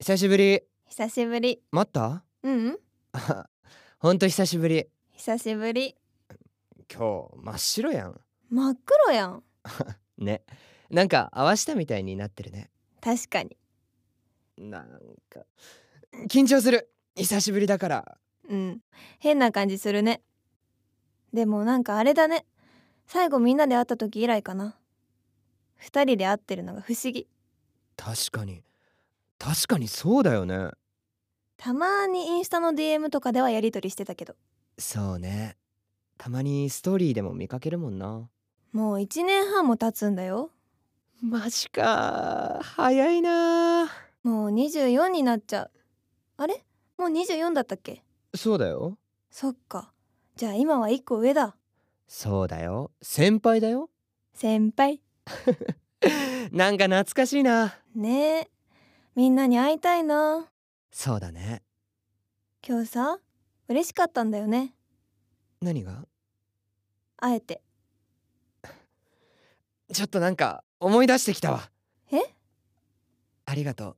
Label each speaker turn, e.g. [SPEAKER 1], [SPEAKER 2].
[SPEAKER 1] 久しぶり
[SPEAKER 2] 久しぶり
[SPEAKER 1] 待った
[SPEAKER 2] ううん
[SPEAKER 1] あほんと久しぶり
[SPEAKER 2] 久しぶり
[SPEAKER 1] 今日真っ白やん
[SPEAKER 2] 真っ黒やん
[SPEAKER 1] ねなんかわしたみたいになってるね
[SPEAKER 2] 確かに
[SPEAKER 1] なんか緊張する久しぶりだから
[SPEAKER 2] うん変な感じするねでもなんかあれだね最後みんなで会った時以来かな二人で会ってるのが不思議
[SPEAKER 1] 確かに確かにそうだよね
[SPEAKER 2] たまーにインスタの DM とかではやり取りしてたけど
[SPEAKER 1] そうねたまにストーリーでも見かけるもんな
[SPEAKER 2] もう一年半も経つんだよ
[SPEAKER 1] マジか早いな
[SPEAKER 2] もう24になっちゃうあれもう24だったっけ
[SPEAKER 1] そうだよ
[SPEAKER 2] そっかじゃあ今は一個上だ
[SPEAKER 1] そうだよ先輩だよ
[SPEAKER 2] 先輩
[SPEAKER 1] なんか懐かしいな
[SPEAKER 2] ねえみんなに会いたいな
[SPEAKER 1] そうだね
[SPEAKER 2] 今日さ嬉しかったんだよね
[SPEAKER 1] 何が
[SPEAKER 2] 会えて
[SPEAKER 1] ちょっとなんか思い出してきたわ
[SPEAKER 2] え
[SPEAKER 1] ありがと